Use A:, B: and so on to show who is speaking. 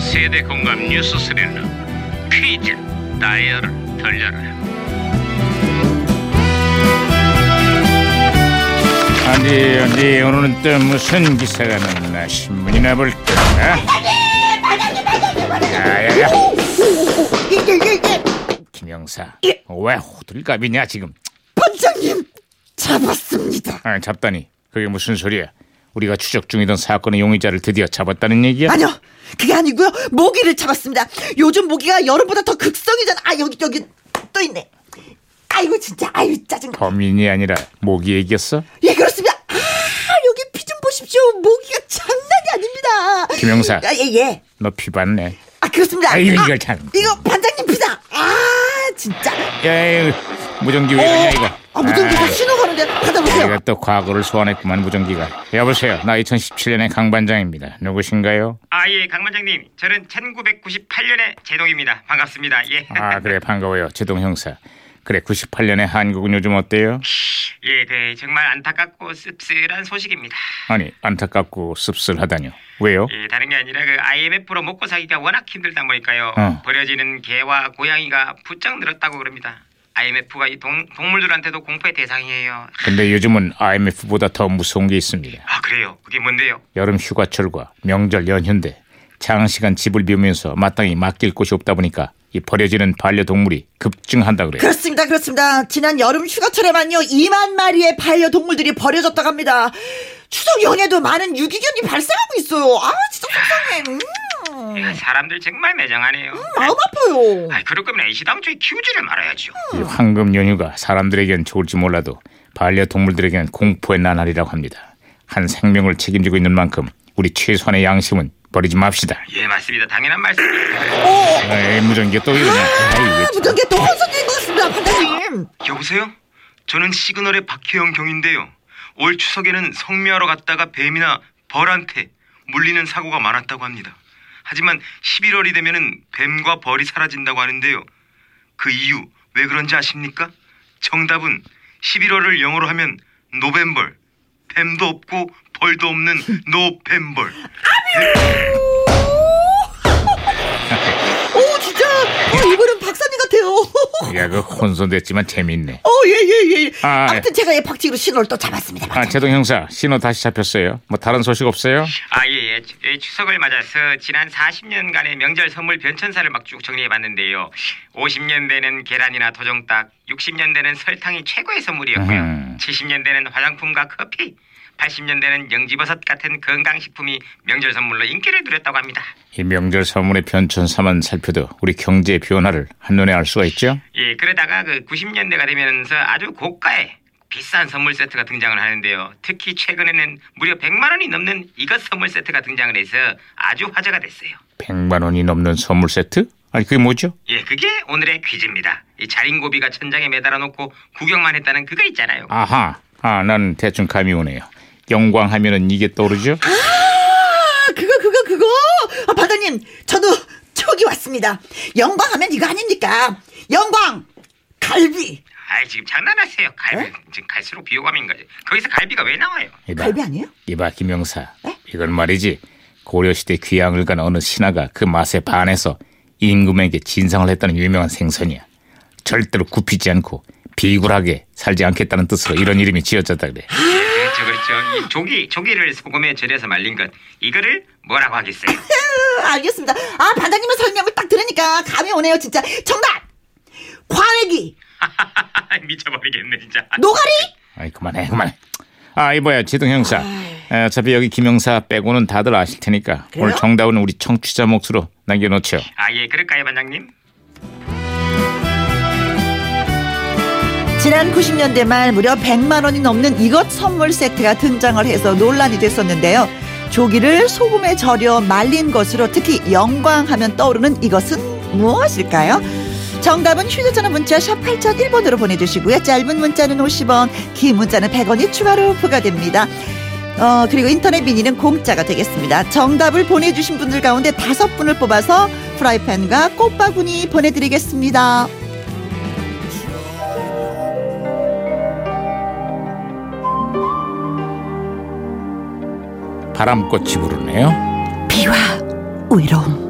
A: 세대 공감 뉴스 스릴러 퀴즈 다이얼을 돌려라
B: 어디 어디 오늘은 또 무슨 기사가 났나 신문이나 볼까? 아, 야야야 김영사 왜 호들갑이냐 지금?
C: 반장님 잡았습니다.
B: 아, 잡다니 그게 무슨 소리야? 우리가 추적 중이던 사건의 용의자를 드디어 잡았다는 얘기야?
C: 아니요 그게 아니고요 모기를 잡았습니다. 요즘 모기가 여름보다 더 극성이잖아. 아 여기 여기 또 있네. 아이고 진짜 아유 짜증. 나
B: 범인이 아니라 뭐 모기 얘기였어?
C: 예 그렇습니다. 아 여기 피 좀 보십시오. 모기가 장난이 아닙니다.
B: 김영사.
C: 아, 예 예.
B: 너 피봤네.
C: 아 그렇습니다.
B: 아유,
C: 아,
B: 이걸 참.
C: 이거 반장님 피다. 아 진짜.
B: 야이 무전기 왜 이러냐 이거?
C: 아 무전기가
B: 아,
C: 신호가 오는데 받아보세요.
B: 내가 또 과거를 소환했구만 무전기가. 여보세요. 나 2017년의 강 반장입니다. 누구신가요?
D: 아예 강반장님 저는 1998년의 제동입니다 반갑습니다 예 예
B: 아 그래 반가워요 제동 형사 그래 98년에 한국은 요즘 어때요?
D: 네, 정말 안타깝고 씁쓸한 소식입니다
B: 아니 안타깝고 씁쓸하다뇨 왜요?
D: 예 다른 게 아니라 그 IMF로 먹고 사기가 워낙 힘들다 보니까요
B: 어.
D: 버려지는 개와 고양이가 부쩍 늘었다고 그럽니다 IMF가 이 동, 동물들한테도 공포의 대상이에요
B: 근데 요즘은 IMF보다 더 무서운 게 있습니다
D: 아 그래요 그게 뭔데요
B: 여름 휴가철과 명절 연휴인데 장시간 집을 비우면서 마땅히 맡길 곳이 없다 보니까 이 버려지는 반려동물이 급증한다 그래요
C: 그렇습니다, 그렇습니다. 지난 여름 휴가철에만요, 2만 마리의 반려동물들이 버려졌다고 합니다. 추석 연휴에도 많은 유기견이 발생하고 있어요. 아, 진짜 속상해. 음,
D: 예, 사람들 정말 매정하네요
C: 마음 아파요.
D: 아 그럴 거면 애시당초에 키우지를 말아야죠
B: 이 황금 연휴가 사람들에겐 좋을지 몰라도 반려동물들에겐 공포의 나날이라고 합니다 한 생명을 책임지고 있는 만큼 우리 최소한의 양심은 버리지 맙시다
D: 예 맞습니다 당연한 말씀입니다
B: 에이 무전기 또 이러냐 아이, 왜
C: 아, 무전기 또 혼선된 것 같습니다, 반장님.
D: 여보세요? 저는 시그널의 박혜영 경인데요. 올 추석에는 성묘하러 갔다가 뱀이나 벌한테 물리는 사고가 많았다고 합니다. 하지만 11월이 되면은 뱀과 벌이 사라진다고 하는데요. 그 이유 왜 그런지 아십니까? 정답은 11월을 영어로 하면 노벤벌. 뱀도 없고 벌도 없는 노뱀벌.
C: 오, 진짜. 어, 이분은 박사님 같아요. 어,
B: 야, 그 혼선됐지만 재밌네.
C: 예, 예, 예.
B: 아,
C: 아, 무튼 제가 예, 박치기로 신호를 또 잡았습니다.
B: 아, 제동 형사, 신호 다시 잡혔어요. 뭐 다른 소식 없어요?
D: 아, 예, 예. 추- 예, 추석을 맞아서 지난 40년간의 명절 선물 변천사를 막 쭉 정리해봤는데요. 50년대는 계란이나 도정닭, 60년대는 설탕이 최고의 선물이었고요.
B: 음.
D: 70년대는 화장품과 커피, 80년대는 영지버섯 같은 건강식품이 명절 선물로 인기를 누렸다고 합니다.
B: 이 명절 선물의 변천사만 살펴도 우리 경제의 변화를 한눈에 알 수가 있죠?
D: 예, 그러다가 그 90년대가 되면서 아주 고가의 비싼 선물 세트가 등장을 하는데요. 특히 최근에는 무려 100만 원이 넘는 이것 선물 세트가 등장을 해서 아주 화제가 됐어요.
B: 100만 원이 넘는 선물 세트? 아니, 그게 뭐죠?
D: 예, 그게 오늘의 퀴즈입니다. 이 자린고비가 천장에 매달아 놓고 구경만 했다는 그거 있잖아요.
B: 아하, 아, 난 대충 감이 오네요. 영광 하면은 이게 떠오르죠?
C: 아, 그거, 그거, 그거. 아, 반장님, 저도 촉이 왔습니다. 영광하면 이거 아닙니까? 영광! 갈비!
D: 아이, 지금 장난하세요. 갈비. 지금 갈수록 비호감인 거지. 거기서 갈비가 왜 나와요?
B: 이봐,
C: 갈비 네? 아니에요?
B: 이봐, 김영사. 이건 말이지. 고려시대 귀향을 간 어느 신하가 그 맛에 반해서 임금에게 진상을 했다는 유명한 생선이야. 절대로 굽히지 않고 비굴하게 살지 않겠다는 뜻으로 이런 이름이 지어졌다 그래.
D: 예, 저 그렇죠. 이 조기, 조기를 소금에 절여서 말린 것. 이거를 뭐라고 하겠어요?
C: 으, 알겠습니다. 아, 반장님의 설명을 딱 들으니까 감이 오네요, 진짜. 정답! 과메기,
D: 미쳐버리겠네, 진짜.
C: 노가리!
B: 아이 그만해 그만해. 아 이봐요 지동 형사. 아, 어차피 여기 김 형사 빼고는 다들 아실 테니까 오늘
C: 그래요?
B: 정답은 우리 청취자 몫으로 남겨놓죠.
D: 아, 예, 그럴까요, 반장님?
C: 지난 90년대 말 무려 100만 원이 넘는 이것 선물 세트가 등장을 해서 논란이 됐었는데요. 조기를 소금에 절여 말린 것으로 특히 영광하면 떠오르는 이것은 무엇일까요? 정답은 휴대전화 문자 샵 8001번으로 보내주시고요. 짧은 문자는 50원, 긴 문자는 100원이 추가로 부과됩니다. 어, 그리고 인터넷 미니는 공짜가 되겠습니다. 정답을 보내주신 분들 가운데 다섯 분을 뽑아서 프라이팬과 꽃바구니 보내드리겠습니다.
B: 바람꽃이 부르네요.
C: 비와 외로움